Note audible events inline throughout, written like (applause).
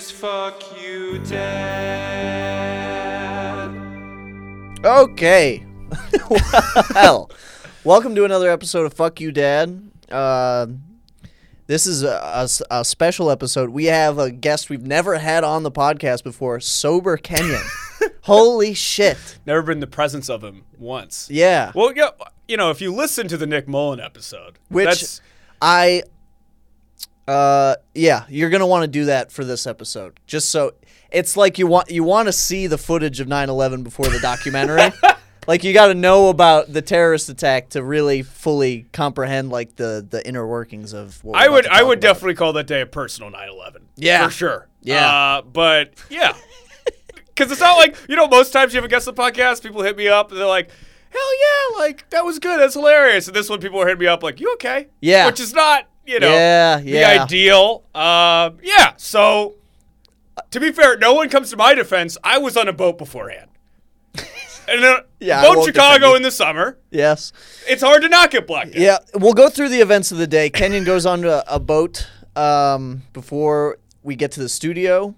fuck you dead. Okay. (laughs) well, welcome to another episode of Fuck You Dad. Uh, this is a, a s- a special episode. We have a guest we've never had on the podcast before, Sober Kenyan. Holy shit. Never been in the presence of him once. Yeah. Well, yeah, you know, if you listen to the Nick Mullen episode, Which that's, I. Uh yeah, you're gonna want to do that for this episode. Just so it's like you want you want to see the footage of 9/11 before the (laughs) documentary. like you got to know about the terrorist attack to really fully comprehend like the the inner workings of. What I we're would about to I talk would about. definitely call that day a personal 9/11. Yeah. for sure. Yeah. uh, but (laughs) yeah, because it's not like you know most times you have a guest on the podcast, people hit me up and they're like. Hell yeah! Like that was good. That's hilarious. And this one, people are hitting me up like, "You okay?" Yeah. which is not you know Yeah, the yeah. ideal. Uh, yeah. So to be fair, no one comes to my defense. I was on a (laughs) boat beforehand, and uh, Yeah, I boat won't defend Chicago you. in the summer. Yes. It's hard to not get blocked. out. Yeah, we'll go through the events of the day. Kenyon goes on to a boat um, before we get to the studio,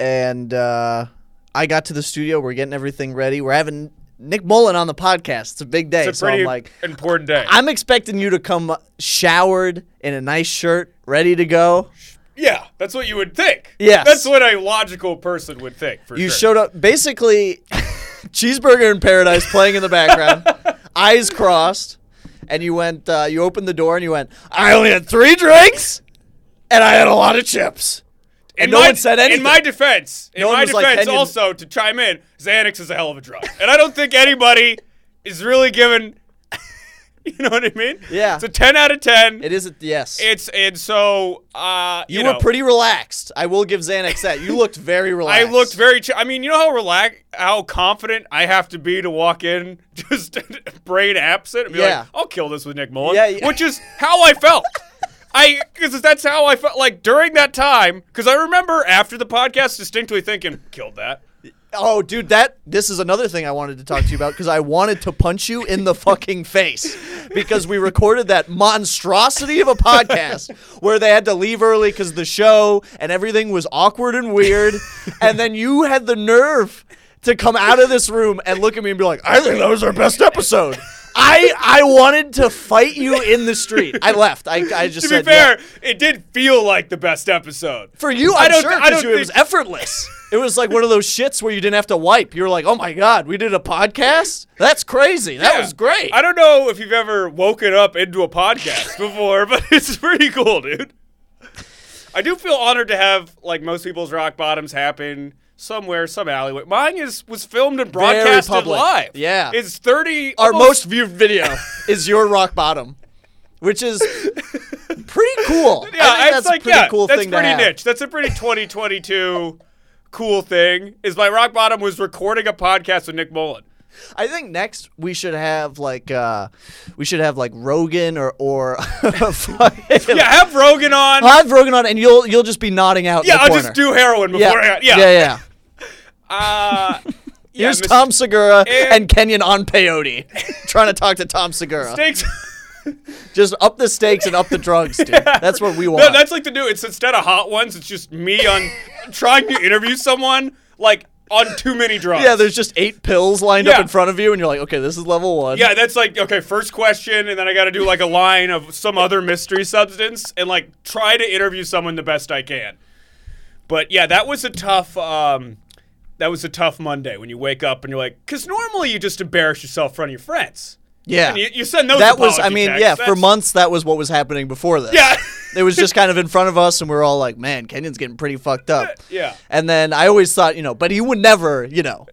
and uh, I got to the studio. We're getting everything ready. We're having Nick Mullen on the podcast. It's a big day, it's a so I'm pretty like, important day. I'm expecting you to come showered in a nice shirt, ready to go. Yeah, that's what you would think. Yes. That's what a logical person would think, for You sure. showed up basically, (laughs) cheeseburger in paradise playing in the (laughs) background, eyes crossed, and you went. Uh, you opened the door and you went. I only had three drinks, and I had a lot of chips. and no my, one said anything. In my defense, in No one my was like, defense "Kenyon-" also, to chime in, Xanax is a hell of a drug. And I don't think anybody is really given, (laughs) you know what I mean? Yeah. It's a 10 out of 10. It is a, yes. it's, and so, uh, you, you were know, pretty relaxed. I will give Xanax that. You looked very I relaxed. looked very. Ch- I mean, you know how relax, how confident I have to be to walk in (laughs) just brain absent and be Yeah. like, "I'll kill this with Nick Mullen," Yeah, yeah. which is how I (laughs) felt. I because that's how I felt like during that time. Because I remember after the podcast distinctly thinking, "Killed that." (laughs) Oh, dude, that this is another thing I wanted to talk to you about because I wanted to punch you in the fucking face because we recorded that monstrosity of a podcast where they had to leave early because the show and everything was awkward and weird, and then you had the nerve to come out of this room and look at me and be like, "I think that was our best episode." I I wanted to fight you in the street. I left. I, I just To be said, fair, "No." it did feel like the best episode. For you, I I'm don't- sure, I 'cause don't you- it was think- effortless. (laughs) It was like one of those shits where you didn't have to wipe. You were like, "Oh my god, we did a podcast? That's crazy. That Yeah. was great." I don't know if you've ever woken up into a (laughs) podcast before, but it's pretty cool, dude. I do feel honored to have like most people's rock bottoms happen somewhere, some alleyway. Mine is was filmed and broadcasted public. live. Yeah. it's thirty. Our most almost- viewed (laughs) video is your rock bottom, which is pretty cool. I (laughs) Yeah, think it's that's like, a pretty yeah, cool that's thing pretty to have. niche. That's (laughs) a pretty 2022 cool thing. Is my rock bottom was recording a podcast with Nick Mullen. I think next we should have like uh we should have like Rogan or or (laughs) (laughs) Yeah, have Rogan on. I've Rogan on, and you'll you'll just be nodding out. in yeah, the I'll Oh, corner. just do heroin yeah. before. I, yeah, yeah, yeah, yeah. (laughs) Uh, yeah, Here's Mr. Tom Segura And- and, Kenyon on peyote, (laughs) trying to talk to Tom Segura. Stakes. Just up the stakes and up the drugs, dude. That's what we want. No, (laughs) that's like the new. It's instead of hot ones, it's just me on (laughs) trying to interview someone like on too many drugs. yeah, there's just eight pills lined Yeah. up in front of you, and you're like, okay, this is level one. Yeah, that's like okay. First question, and then I got to do like a line of some other mystery substance, and like try to interview someone the best I can. But yeah, that was a tough. Um, that was a tough Monday when you wake up and you're like, because normally you just embarrass yourself in front of your friends. yeah. And you, you send those. that was, I apology mean, texts. yeah, for That's- months that was what was happening before this. Yeah. it was just kind of in front of us, and we were all like, man, Kenyon's getting pretty fucked up. (laughs) Yeah. And then I always thought, you know, but he would never, you (laughs) know,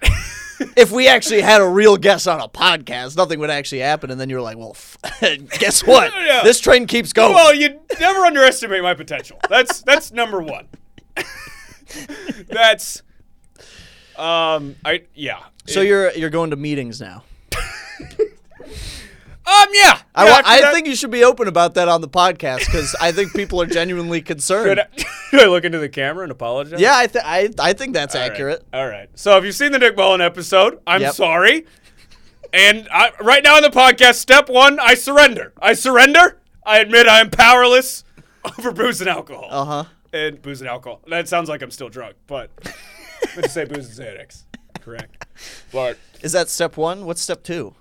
if we actually had a real guest on a podcast, nothing would actually happen. And then you were like, well, (laughs) guess what? (laughs) Yeah. This train keeps going. Well, you never underestimate my potential. That's that's (laughs) number one. that's um I yeah. so you're you're going to meetings now. um yeah. I, Yeah, wa- I that- think you should be open about that on the podcast because I think people are genuinely concerned. Should I, (laughs) should I look into the camera and apologize? yeah, I, th- I I think that's All right. accurate. All right. So if you've seen the Nick Mullen episode, I'm Yep. sorry. And I, right now in the podcast, step one, I surrender. I surrender. I admit I am powerless over booze and alcohol. Uh huh. and booze and alcohol. That sounds like I'm still drunk, (laughs) but let's say booze and Xanax. Correct. But Is that step one? What's step two?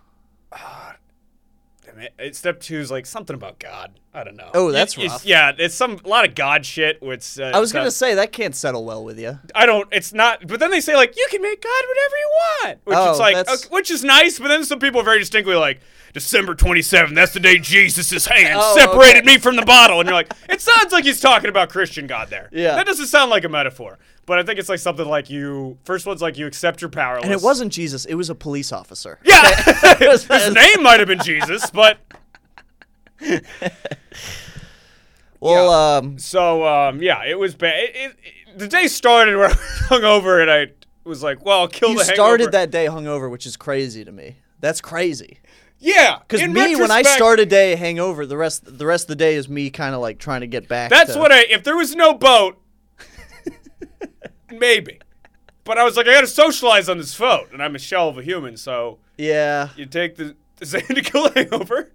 I mean, it- step two is like something about God. I don't know. Oh, that's It- it's- rough. Yeah, it's some a lot of God shit. Which uh, I was it's not- gonna say that can't settle well with you. I don't. It's not. But then they say like you can make God whatever you want, which Oh, is like that's- okay, which is nice. But then some people are very distinctly like December 27th. That's the day Jesus' hand Oh, separated okay. me from the bottle, and you're like, (laughs) it sounds like he's talking about Christian God there. Yeah. that doesn't sound like a metaphor. But I think it's like something like you. First one's like you accept your powerless. And it wasn't Jesus; it was a police officer. (laughs) (laughs) Yeah, his name might have been Jesus, but Well, um, So um, yeah, it was bad. It, it, it- the day started where (laughs) I hung over and I was like, "Well, I'll kill you the hangover." started that day hungover, which is crazy to me. That's crazy. Yeah, Because in me, when I retrospect, start a day hangover, the rest the rest of the day is me kind of like trying to get back. that's to- what I. If there was no boat, maybe. But I was like, I got to socialize on this boat, and I'm a shell of a human. So Yeah. you take the, the Xanax to kill (laughs) the hangover,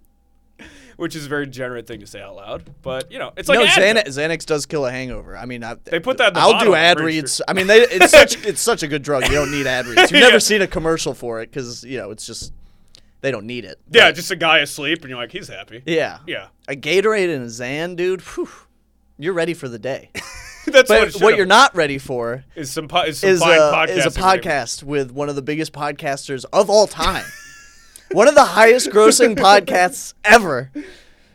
which is a very degenerate thing to say out loud. But you know, it's like no, Advil. Xanax, Xanax does kill a hangover. I mean, I, They put that in the I'll bottle, do I'm ad pretty reads. I mean, they, (laughs) it's such it's such a good drug. You don't need ad reads. You've Yeah. never seen a commercial for it because you know it's just they don't need it. Yeah, just a guy asleep, and you're like, he's happy. Yeah. Yeah, (laughs) A Gatorade and a Xan, dude. Whew, you're ready for the day. (laughs) that's what, it But should what have you're not ready for been. is some po- is some is fine a, is a podcasting right here. podcast with one of the biggest podcasters of all time. (laughs) one of the highest (laughs) grossing podcasts ever.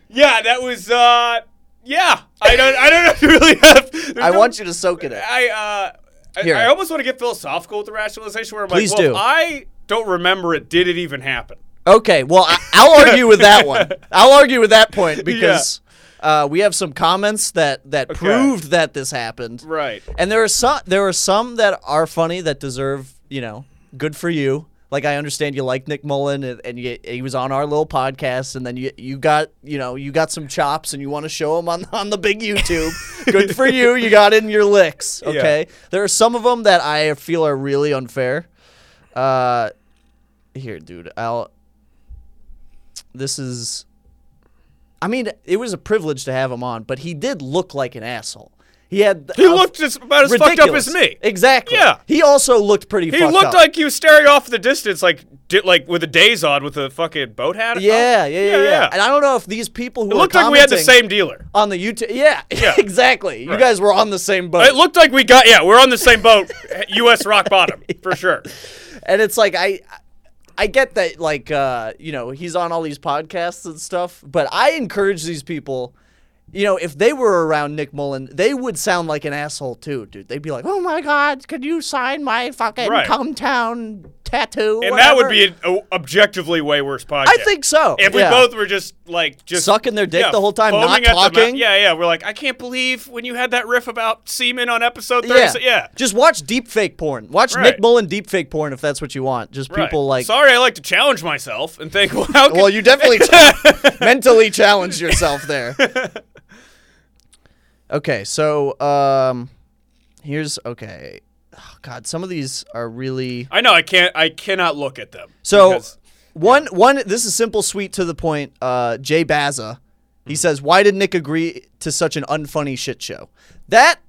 Yeah, that was uh yeah. I don't I don't (laughs) really have there's I no- want you to soak it in. I uh I, Here. I almost want to get philosophical with the rationalization where I'm Please like, well, do. if I don't remember it, did it even happen? Okay, well, I, I'll argue with that one. I'll argue with that point because uh, we have some comments that that proved that this happened, Right. and there are some there are some that are funny that deserve you know good for you. Like I understand you like Nick Mullen and, and you, he was on our little podcast, and then you you got you know you got some chops and you want to show them on on the big (laughs) YouTube. good for you, you got in your licks. Okay, there are some of them that I feel are really unfair. Uh, here, dude. I'll. This is. I mean, it was a privilege to have him on, but he did look like an asshole. He had. He looked as, about as fucked up as me. Exactly. Yeah. He also looked pretty. He fucked looked up. like he was staring off in the distance, like di- like with a daze on, with a fucking boat hat. on. Yeah, yeah, yeah, yeah, And I don't know if these people who Oh, it were looked like we had the commenting same dealer. on the YouTube. Yeah, (laughs) Yeah. (laughs) exactly. You Right. guys were on the same boat. It looked like we got yeah, we're on the same boat. (laughs) U.S. (laughs) rock bottom for sure. and it's like I I get that like uh you know he's on all these podcasts and stuff, but I encourage these people you know, if they were around Nick Mullen, they would sound like an asshole too, dude. They'd be like, "Oh my God, could you sign my fucking Right. come town tattoo?" And that would whatever?" be an o- objectively way worse podcast. I think so. If we yeah. both were just like just Sucking their dick the whole time, foaming not at the mou- talking. yeah, yeah. We're like, I can't believe when you had that riff about semen on episode yeah. thirty. Yeah, Just watch deep fake porn. Watch Nick Right. Mullen deep fake porn if that's what you want. Just right. people like Sorry, I like to challenge myself and think, (laughs) well, how can Well, you (laughs) definitely (laughs) mentally challenged yourself there. Okay, so um, here's okay. Oh, God, some of these are really I know I can't. I cannot look at them. so. because- one one. This is simple, sweet to the point. Uh, Jay Baza, Hmm. he says, "Why did Nick agree to such an unfunny shit show?" That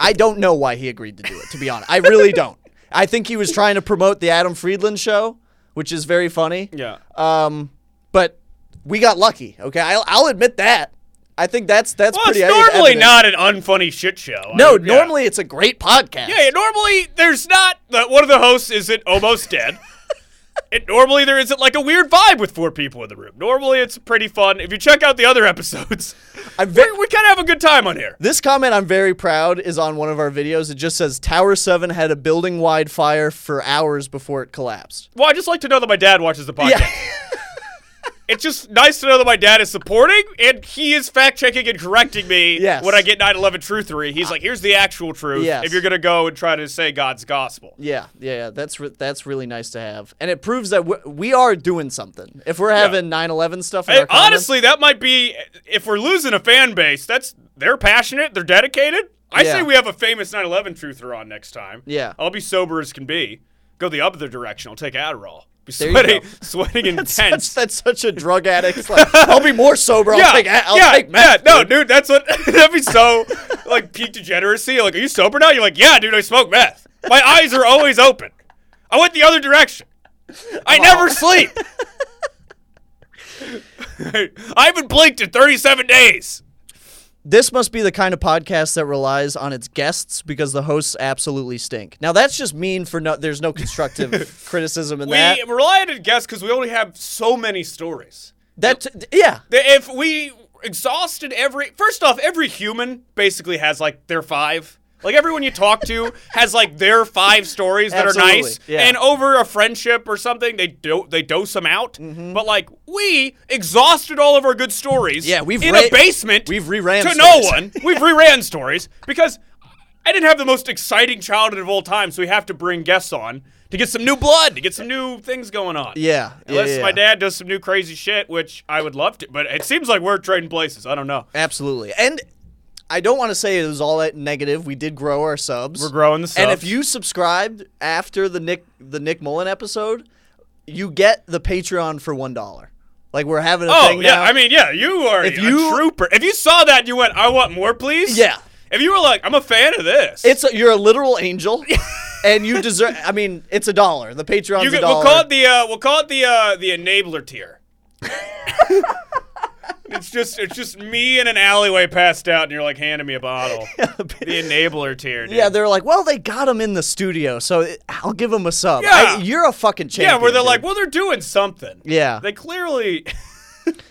I don't know why he agreed to do it. To be honest, I (laughs) really don't. I think he was trying to promote the Adam Friedland show, which is very funny. yeah, Um, but we got lucky. Okay, I'll, I'll admit that. I think that's that's well, it's pretty. normally evident. not an unfunny shit show. I No, mean, yeah. normally it's a great podcast. Yeah, yeah, normally there's not that one of the hosts isn't (laughs) almost dead. It, normally there isn't like a weird vibe with four people in the room. Normally it's pretty fun. If you check out the other episodes, I'm ve- we kind of have a good time on here. this comment I'm very proud is on one of our videos. It just says Tower Seven had a building wide fire for hours before it collapsed. Well, I just like to know that my dad watches the podcast. Yeah. It's just nice to know that my dad is supporting and he is fact checking and correcting me Yes. when I get 9 11 truthery. He's like, here's the actual truth Yes. if you're going to go and try to say God's gospel. Yeah, yeah, yeah. That's re- that's really nice to have, and it proves that we we are doing something. If we're having 9/11 stuff, in Hey, our comments- honestly, that might be if we're losing a fan base. That's they're passionate, they're dedicated. I Yeah. say we have a famous 9/11 truther on next time. Yeah. I'll be sober as can be, Go the other direction. I'll take Adderall. Be There you sweating, go. (laughs) sweating (laughs) That's, intense. that's such a (laughs) drug addict. It's Like, I'll be more sober. I'll yeah, take. a- I'll yeah, take meth. yeah. No, dude. dude, that's what (laughs) that'd be so like peak degeneracy. Like, are you sober now? You're like, yeah, dude, I smoke meth. My eyes are always open. I went the other direction. I (laughs) never sleep. I haven't blinked in 37 days. This must be the kind of podcast that relies on its guests because the hosts absolutely stink. Now that's just mean for no. There's no (laughs) constructive criticism in We that. rely on guests because we only have so many stories. That yeah. That If we exhausted every, first off, every human basically has like their five. Like everyone you talk (laughs) to has like their five stories that Absolutely, are nice, yeah. and over a friendship or something, they do they dose them out. Mm-hmm. But like we exhausted all of our good stories. Yeah, we've in ra- a basement. we've reran to stories. no one. We've reran stories because I didn't have the most exciting childhood of all time, so we have to bring guests on to get some new blood, to get some new things going on. Yeah. yeah, Unless yeah, my yeah. dad does some new crazy shit, which I would love to, but it seems like we're trading places. I don't know. Absolutely. And I don't want to say it was all that negative. We did grow our subs. We're growing the And subs. if you subscribed after the Nick the Nick Mullen episode, you get the Patreon for one dollar. Like we're having a Oh thing yeah, now. I mean yeah, you are If a you- trooper. If you saw that, and you went, "I want more, please." Yeah. If you were like, "I'm a fan of this," it's a, you're a literal angel, (laughs) and you deserve. I mean, it's a dollar. The Patreon's you a could, dollar. we'll call it the uh, we'll call it the uh, the (laughs) enabler tier. it's just it's just me in an alleyway passed out, and you're like handing me (laughs) a bottle. the enabler tier. Dude. yeah, they're like, well, they got him in the studio, so it- I'll give him a sub. Yeah. I- you're a fucking champion. yeah, where they're dude. like, "Well, they're doing something." yeah. They clearly.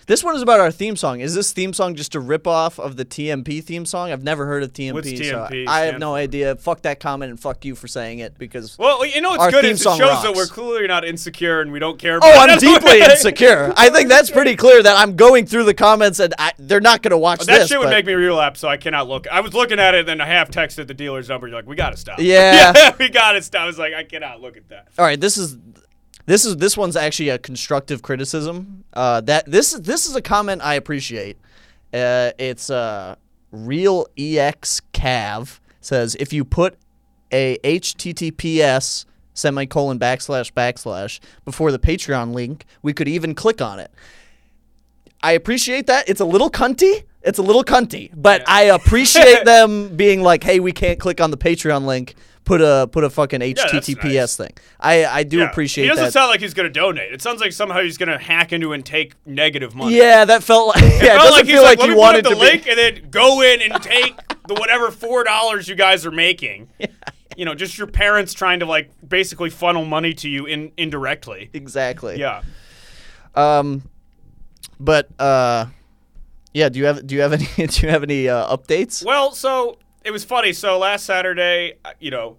This one is about our theme song. Is this theme song just a ripoff of the TMP theme song? I've never heard of TMP. What's TMP So I- I have stand no idea. Fuck that comment and fuck you for saying it because. Well, you know what's Our good theme is it song shows that rocks. we're clearly not insecure and we don't care. Oh, about (laughs) I'm it. deeply That insecure. I think that's pretty clear that I'm going through the comments and I, they're not going to watch this. shit would but- make me relapse, so I cannot look. I was looking at it, and I half texted the dealer's number. You're like, "We gotta stop." (laughs) Yeah. we gotta stop. I was like, "I cannot look at that." All right, this is this is this one's actually a constructive criticism. Uh, that this is this is a comment I appreciate. Uh, it's uh, real ex cav says if you put a https semicolon backslash backslash before the Patreon link, we could even click on it. I appreciate that. It's a little cunty. It's a little cunty, but I appreciate (laughs) them being like, "Hey, we can't click on the Patreon link. Put a put a fucking that's HTTPS nice. thing." I I do Yeah. appreciate He doesn't that. sound like he's gonna donate. It sounds like somehow he's gonna hack into and take negative money. yeah, that felt (laughs) like yeah, it Felt doesn't like he's feel like, like, "Let you me wanted put to up the link be. and then go in and take the whatever four dollars you guys are (laughs) making." You know, just your parents trying to like basically funnel money to you in indirectly. Exactly. Yeah. Um, but uh, yeah. Do you have do you have any (laughs) do you have any uh, updates? Well, so it was funny. So last Saturday, uh, you know,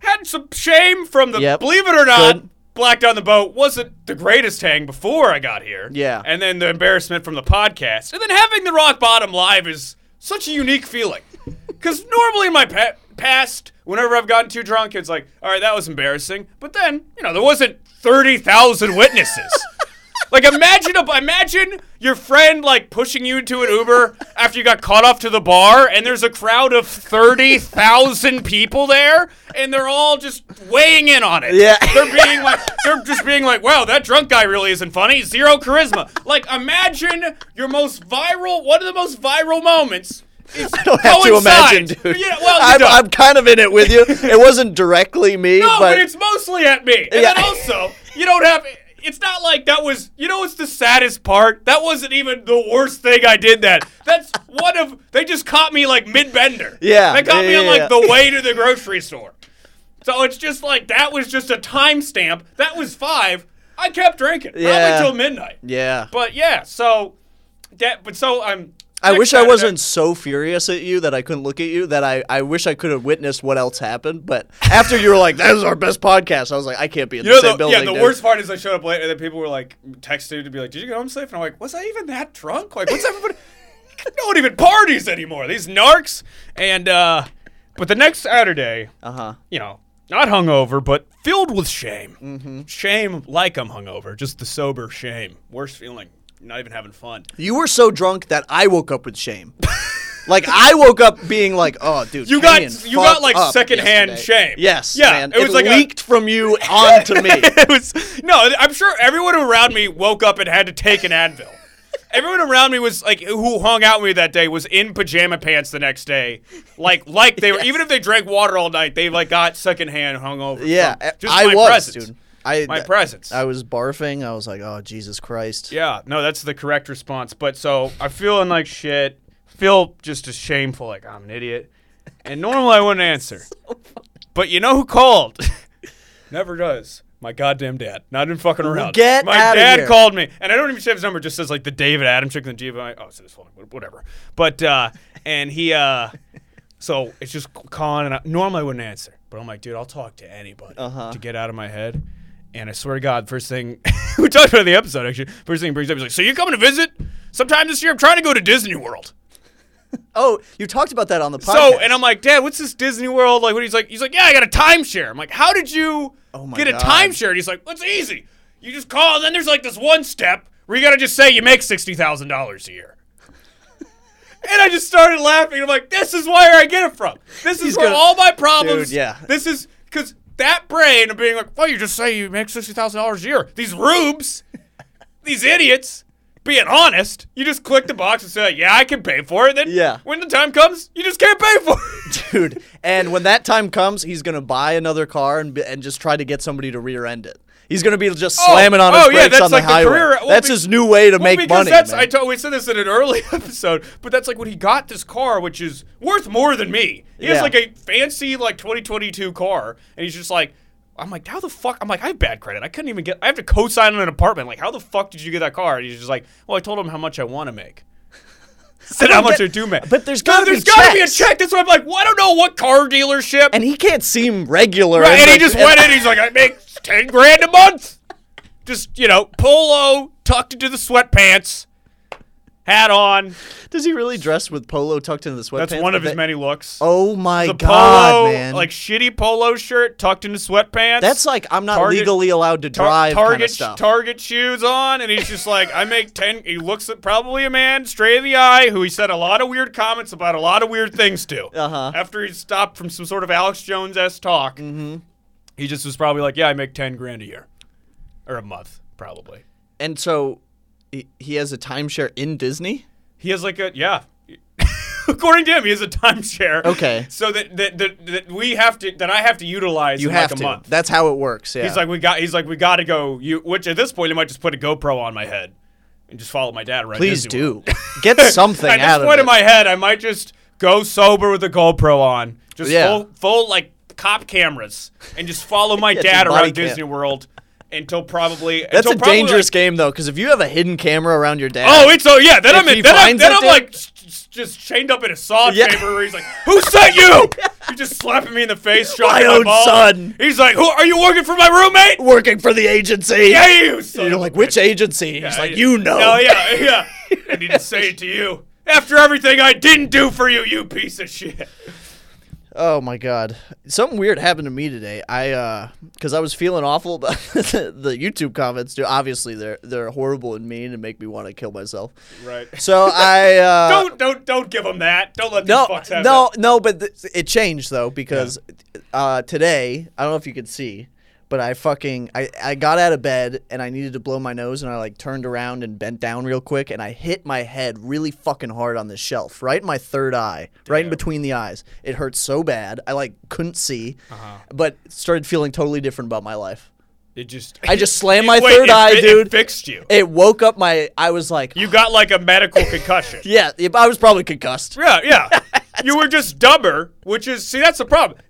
had some shame from the Yep. believe it or not, Good. blacked on the boat wasn't the greatest hang before I got here. Yeah. and then the embarrassment from the podcast, and then having the rock bottom live is such a unique feeling (laughs) because normally in my pa- past. Whenever I've gotten too drunk, it's like, all right, that was embarrassing. But then, you know, there wasn't 30,000 witnesses. Like imagine a, imagine your friend like pushing you into an Uber after you got caught off to the bar and there's a crowd of 30,000 people there and they're all just weighing in on it. Yeah. They're being like they're just being like, "Wow, that drunk guy really isn't funny. Zero charisma." Like imagine your most viral one of the most viral moments is I (laughs) don't have to imagine, (laughs) dude. Yeah, well, you I'm, don't. I'm kind of in it with you. It wasn't directly me, (laughs) No, but, but, it's mostly at me. And Yeah. then also, you don't have. It's not like that was. You know, what's the saddest part. That wasn't even the worst thing I did. That that's one of. They just caught me like mid bender. Yeah, they caught yeah, me on yeah, like yeah. the way to the grocery store. So it's just like that was just a timestamp. That was five. I kept drinking probably Yeah. until midnight. yeah. But yeah, so that. But so I'm. I next wish I Saturday- wasn't so furious at you that I couldn't look at you that I, I wish I could have witnessed what else happened. But after you were like, that is our best podcast, I was like, I can't be in You the know, same the, building. yeah, the dude. worst part is I showed up late and then people were like texting to be like, "Did you get home safe?" And I'm like, "Was I even that drunk? Like, what's everybody? (laughs) no one even parties anymore. These narcs." And uh, but the next Saturday, Uh-huh. you know, not hungover, but filled with shame. Mm-hmm. Shame like I'm hungover, just the sober shame. Worst feeling. Not even having fun. You were so drunk that I woke up with shame. Like I woke up being like, "Oh, dude, You got- Canyon you got, fucked like, up secondhand yesterday. shame. Yes, Yeah, man. it was like a- leaked from you onto (laughs) me. it was no. I'm sure everyone around me woke up and had to take an Advil. Everyone around me was like, who hung out with me that day was in pajama pants the next day, like like they were. Even if they drank water all night, they like got secondhand hungover. Yeah, from just I my was, presence. dude. I My presence. I was barfing. I was like, "Oh, Jesus Christ." Yeah, no, that's the correct response. But so I'm feeling like shit. Feel just as shameful, like I'm an idiot. And normally I (laughs) wouldn't answer. But you know who called? (laughs) Never does. My goddamn dad. Not even fucking around. get My outta dad here. called me, and I don't even say his number. It Just says like the David Adam chick and the Giovanni. Oh, it's in his phone. wh- Whatever. But uh, and he uh, so it's just c- calling, and I, normally I wouldn't answer. But I'm like, dude, I'll talk to anybody Uh-huh. to get out of my head. And I swear to God, first thing (laughs) we talked about it in the episode actually. First thing he brings up, he's like, "So you coming to visit sometime this year? I'm trying to go to Disney World." Oh, you talked about that on the podcast. So, and I'm like, Dad, what's this Disney World? Like, what he's like, he's like, yeah, I got a timeshare. I'm like, how did you Oh my get a God. timeshare? And he's like, what's easy? You just call, and then there's like this one step where you got to just say you make $60,000 a year. (laughs) and I just started laughing. I'm like, this is where I get it from. This is He's where gonna- all my problems. Dude, yeah. This is because that brain of being like, well, you just say you make $60,000 a year. These rubes, these idiots. Being honest, you just click the box and say, "Yeah, I can pay for it." Then Yeah. when the time comes, you just can't pay for it. dude. And when that time comes, he's gonna buy another car and be, and just try to get somebody to rear end it. He's gonna be just slamming on his oh, yeah, brakes that's on the like the highway. career- well, that's be- his new way (laughs) to Well, make because money. that's man. I told we said this in an early (laughs) episode, but that's like when he got this car, which is worth more than me. He has Yeah. like a fancy like 2022 car, and he's just like, I'm like, how the fuck? I'm like, I have bad credit. I couldn't even get. I have to co-sign on an apartment. Like, how the fuck did you get that car? And he's just like, well, I told him how much I want (laughs) to make. Said how don't much get- I do make. but there's No, gotta be there's gotta be a checks. check. That's why I'm like, well, I don't know what car dealership. and he can't seem regular. Right, and he like- just went in. He's like, I make ten grand a month. Just you know, polo tucked into the sweatpants, hat on. Does he really dress with polo tucked into the sweatpants? That's one of his That- many looks. Oh my the god, polo, man! like shitty polo shirt tucked into sweatpants. that's like I'm not Target- legally allowed to Tar- drive. kinda Target stuff. Target shoes on, and he's just like, I make ten. He looks at probably a man straight in the eye who he said a lot of weird comments about a lot of weird things to. Uh-huh. After he stopped from some sort of Alex Jones s talk, Mm-hmm. he just was probably like, Yeah, I make ten grand a year, or a month, probably. and so he, he has a timeshare in Disney. He has like a yeah. (laughs) According to him, he has a timeshare. Okay. So that that, that that we have to that I have to utilize You in have like a to. month. That's how it works. Yeah. He's like, we got. He's like, we got to go. You, which at this point, he might just put a GoPro on my head and just follow my dad around. please Disney World. do (laughs) get something At this out of point it. in my head, I might just go sober with a GoPro on, just Yeah. full, full like cop cameras, and just follow (laughs) my Yeah, dad just body around cam. Disney World until probably. That's until a probably, dangerous like- game though, because if you have a hidden camera around your dad, Oh, it's oh yeah. Then If I'm in, he then, I'm, finds then it, I'm dude. like s- s- just chained up in a sawed Yeah. chamber where he's like, "Who (laughs) sent you?" He's just slapping me in the face, shocking own ball. son. He's like, "Who are you working for, my roommate?" working for the agency. Oh! Yeah, you. son You're of a like, bitch." which agency? He's Yeah, like, yeah. you know. No, yeah, yeah. (laughs) I need to say it to you. After everything I didn't do for you, you piece of shit. Oh my god, something weird happened to me today. I, uh, because I was feeling awful about (laughs) the, the YouTube comments. Dude, obviously they're they're horrible and mean and make me want to kill myself. Right. So I uh, (laughs) Don't don't don't give them that. Don't let these no, fucks have no, no. But th- it changed though because uh, today I don't know if you could see, but I fucking I, I got out of bed and I needed to blow my nose and I like turned around and bent down real quick and I hit my head really fucking hard on this shelf, right in my third eye, right in between the eyes. It hurt so bad I like couldn't see, Uh-huh. but started feeling totally different about my life. It just I just slammed my Wait, third it eye, fi- it dude. fixed you. It woke up my. I was like, you got like (laughs) a medical concussion. yeah, I was probably concussed. Yeah, (laughs) yeah. you were just dumber, which is see that's the problem.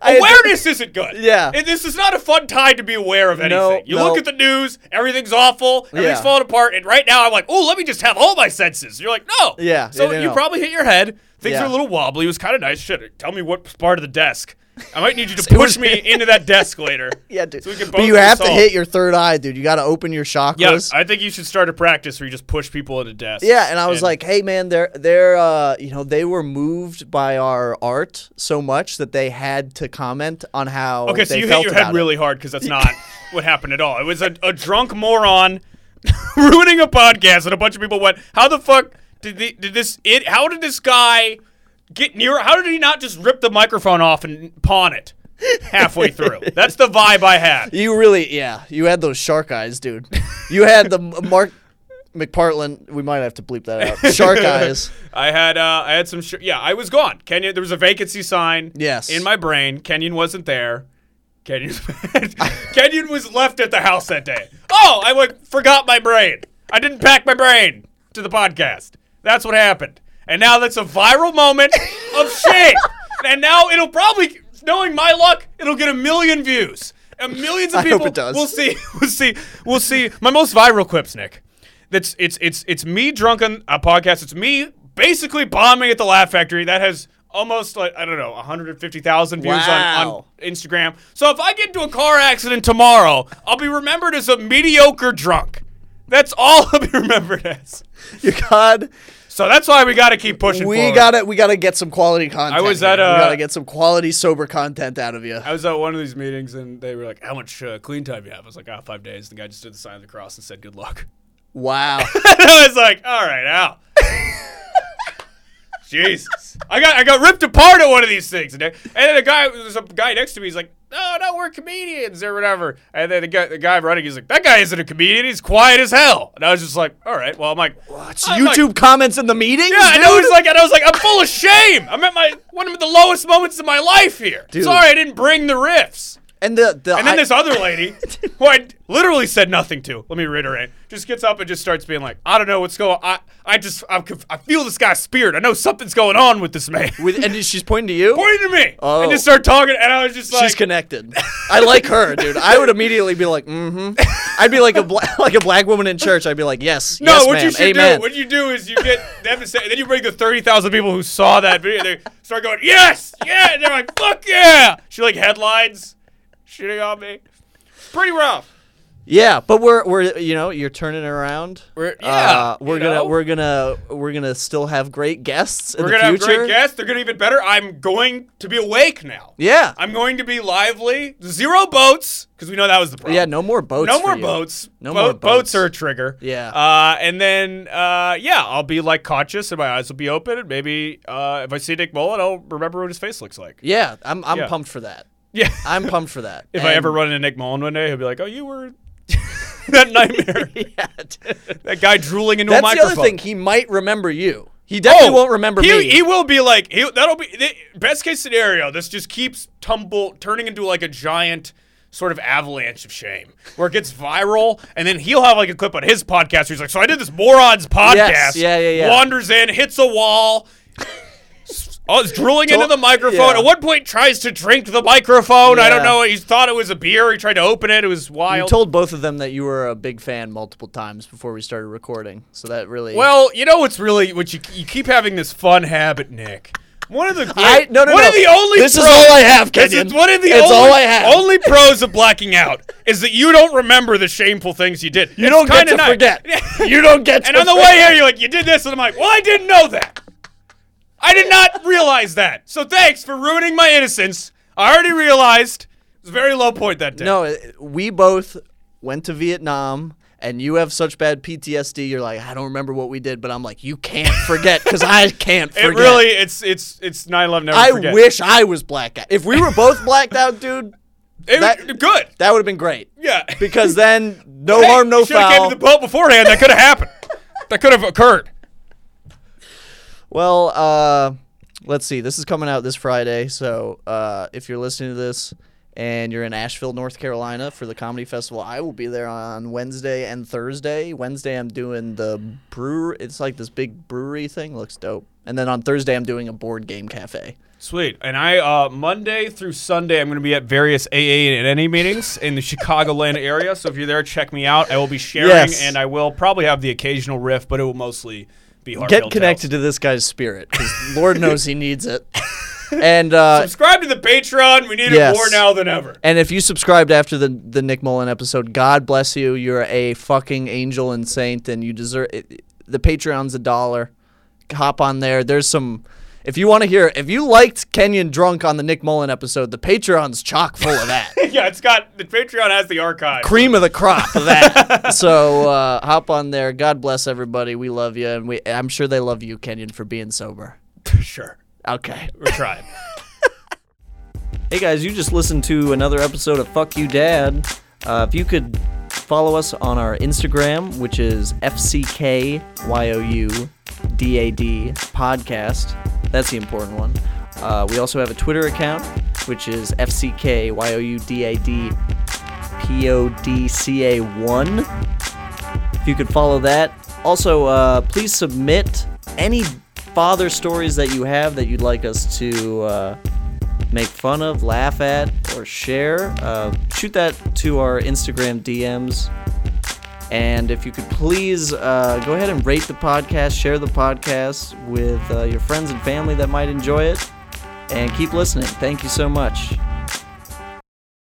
I had- Awareness isn't good. Yeah. And this is not a fun time to be aware of anything. No, you no. look at the news, everything's awful, everything's Yeah. falling apart, and right now I'm like, oh, let me just have all my senses. You're like, no. Yeah, So yeah, no, you no. probably hit your head. Things Yeah. are a little wobbly. It was kind of nice. Shit, tell me what part of the desk. I might need you to (laughs) It push was- me into that desk later. (laughs) Yeah, dude. So we can but both you have to resolve. hit your third eye, dude. You got to open your Yeah, chakras. I think you should start a practice where you just push people into desks. Yeah, and I was like, "Hey, man, they're they're uh, you know they were moved by our art so much that they had to comment on how Okay, so they you hit felt your head about it." really hard because that's not what happened at all. It was a, a drunk moron (laughs) ruining a podcast, and a bunch of people went, "How the fuck did the, did this? It how did this guy get near. How did he not just rip the microphone off and pawn it (laughs) halfway through? That's the vibe I had. You really, yeah, you had those shark eyes, dude. (laughs) You had the M- Mark McPartland. We might have to bleep that out. (laughs) Shark eyes. I had uh, I had some sh- yeah I was gone. Kenyon there was a vacancy sign Yes. in my brain. Kenyon wasn't there. Kenyon (laughs) Kenyon was left at the house that day. Oh, I like forgot my brain. I didn't pack my brain to the podcast. That's what happened. And now that's a viral moment (laughs) of shit. And now it'll probably knowing my luck, it'll get a million views. And millions of I hope people it does. will see (laughs) we'll see we'll see my most viral quips nick that's it's it's it's me drunk on a podcast it's me basically bombing at the laugh factory that has almost like i don't know 150000 views on, on Wow. instagram so if i get into a car accident tomorrow i'll be remembered as a mediocre drunk that's all (laughs) i'll be remembered as You God, so that's why we got to keep pushing we forward. gotta we gotta get some quality content. I was here. at, uh, we gotta get some quality sober content out of you. I was at one of these meetings and they were like, "How much uh, clean time you have?" I was like, "Ah, five days." And the guy just did the sign of the cross and said, "Good luck." (laughs) Wow. And I was like, all right, Al. Jesus. I got I got ripped apart at one of these things. And then and then the guy there's a guy next to me, he's like, No, no, we're comedians or whatever. And then the guy the guy running, he's like, That guy isn't a comedian, he's quiet as hell. And I was just like, All right, well I'm like It's I'm like- YouTube comments in the meeting. yeah, and I was like, and I was like, I'm full of shame. I'm at my one of the lowest moments of my life here. Dude. Sorry, I didn't bring the riffs. and the, the And then I- this other lady, who I literally said nothing to, let me reiterate, just gets up and just starts being like, I don't know what's going I, I just, I'm conf- I feel this guy's spirit. I know something's going on with this man. with and she's pointing to you. (laughs) Pointing to me. Oh. And just start talking. And I was just like, She's connected. I like her, dude. I would immediately be like, mm-hmm. I'd be like a bla- like a black woman in church. I'd be like, yes, no, yes, what ma'am, you should amen. do, what you do is you get (laughs) them to say, then you bring the 30,000 people who saw that video. They start going, yes, yeah. And they're like, fuck yeah. She like headlines, shitting on me. Pretty rough. Yeah, but we're we're you know you're turning it around. We're- yeah, uh, we're you gonna know? we're gonna we're gonna still have great guests in the We're going to have future. great guests. They're going to be even better. I'm going to be awake now. Yeah, I'm going to be lively. Zero boats, because we know that was the problem. yeah. No more boats. No for more you. boats. No Bo- more boats boats. are a trigger. Yeah. Uh, and then uh, yeah, I'll be like conscious, and my eyes will be open, and maybe uh, if I see Nick Mullen, I'll remember what his face looks like. Yeah, I'm I'm Yeah. pumped for that. Yeah. I'm pumped for that. (laughs) if I ever run into Nick Mullen one day, he'll be like, "Oh, you were (laughs) that (laughs) nightmare, (laughs) yeah, dude. that guy drooling into a that's the microphone." Oh, other thing. He might remember you. He definitely won't remember he, me. He will be like he, that'll be the best case scenario. This just keeps tumble turning into like a giant sort of avalanche of shame where it gets viral and then he'll have like a clip on his podcast where he's like, So I did this morons podcast. Yes, yeah, yeah, yeah. Wanders in, hits a wall. s- Oh, it's drooling into Don't- the microphone. yeah. At one point, tries to drink the microphone. I don't Yeah. know. He thought it was a beer. He tried to open it. It was You wild. told both of them that you were a big fan multiple times before we started recording. So that really Well, you know what's really what you you keep having this fun habit, Nick. One of the great, I no no one no. of the only this is pros- all I have, This Kenyon. is one of the it's only, all I have. only pros of blacking out is that you don't remember the shameful things you did. you don't get to forget. you don't get. To (laughs) and on the forget. way here, you're like, you did this, and I'm like, well, I didn't know that. I did not realize that. So thanks for ruining my innocence. I already realized it was a very low point that day. No, it- we both went to Vietnam, and you have such bad PTSD. You're like, I don't remember what we did, but I'm like, you can't forget because (laughs) I can't it forget. really, it's it's it's 9/11. Never I forget. wish I was blacked out. If we were both blacked out, dude, It- that- good. that would have been great. Yeah. Because then, no Hey, harm, no you shoulda foul. Came to the boat beforehand. That could have happened. That could have occurred. Well, uh, let's see. This is coming out this Friday, so uh, if you're listening to this and you're in Asheville, North Carolina for the comedy festival, I will be there on Wednesday and Thursday. Wednesday, I'm doing the brewer. It's like this big brewery thing. Looks dope. And then on Thursday, I'm doing a board game cafe. Sweet. And I uh, Monday through Sunday, I'm going to be at various AA and NA meetings in the Chicagoland area. So if you're there, check me out. I will be sharing, Yes. and I will probably have the occasional riff, but it will mostly be hard. Get connected to this guy's spirit, 'cause Lord knows he needs it. And uh, Subscribe to the Patreon. We need Yes. it more now than ever. (laughs) And if you subscribed after the the Nick Mullen episode, God bless you. You're a fucking angel and saint, and you deserve it. The Patreon's a dollar. Hop on there. There's some. If you want to hear, if you liked Kenyon drunk on the Nick Mullen episode, the Patreon's chock full of that. yeah, it's got the Patreon has the archive. (laughs) Cream of the crop of that. (laughs) so uh, hop on there. God bless everybody. We love you, and we I'm sure they love you, Kenyon, for being sober. For sure. Okay. We're trying. Hey guys, you just listened to another episode of Fuck You Dad. Uh, if you could follow us on our Instagram, which is FCKYOUDAD podcast. That's the important one. Uh, we also have a Twitter account, which is FCKYOUDAD PODCA1. If you could follow that. Also, uh, please submit any father stories that you have that you'd like us to uh, make fun of, laugh at, or share. Uh, shoot that to our Instagram DMs. And if you could please uh, go ahead and rate the podcast, share the podcast with uh, your friends and family that might enjoy it, and keep listening. Thank you so much.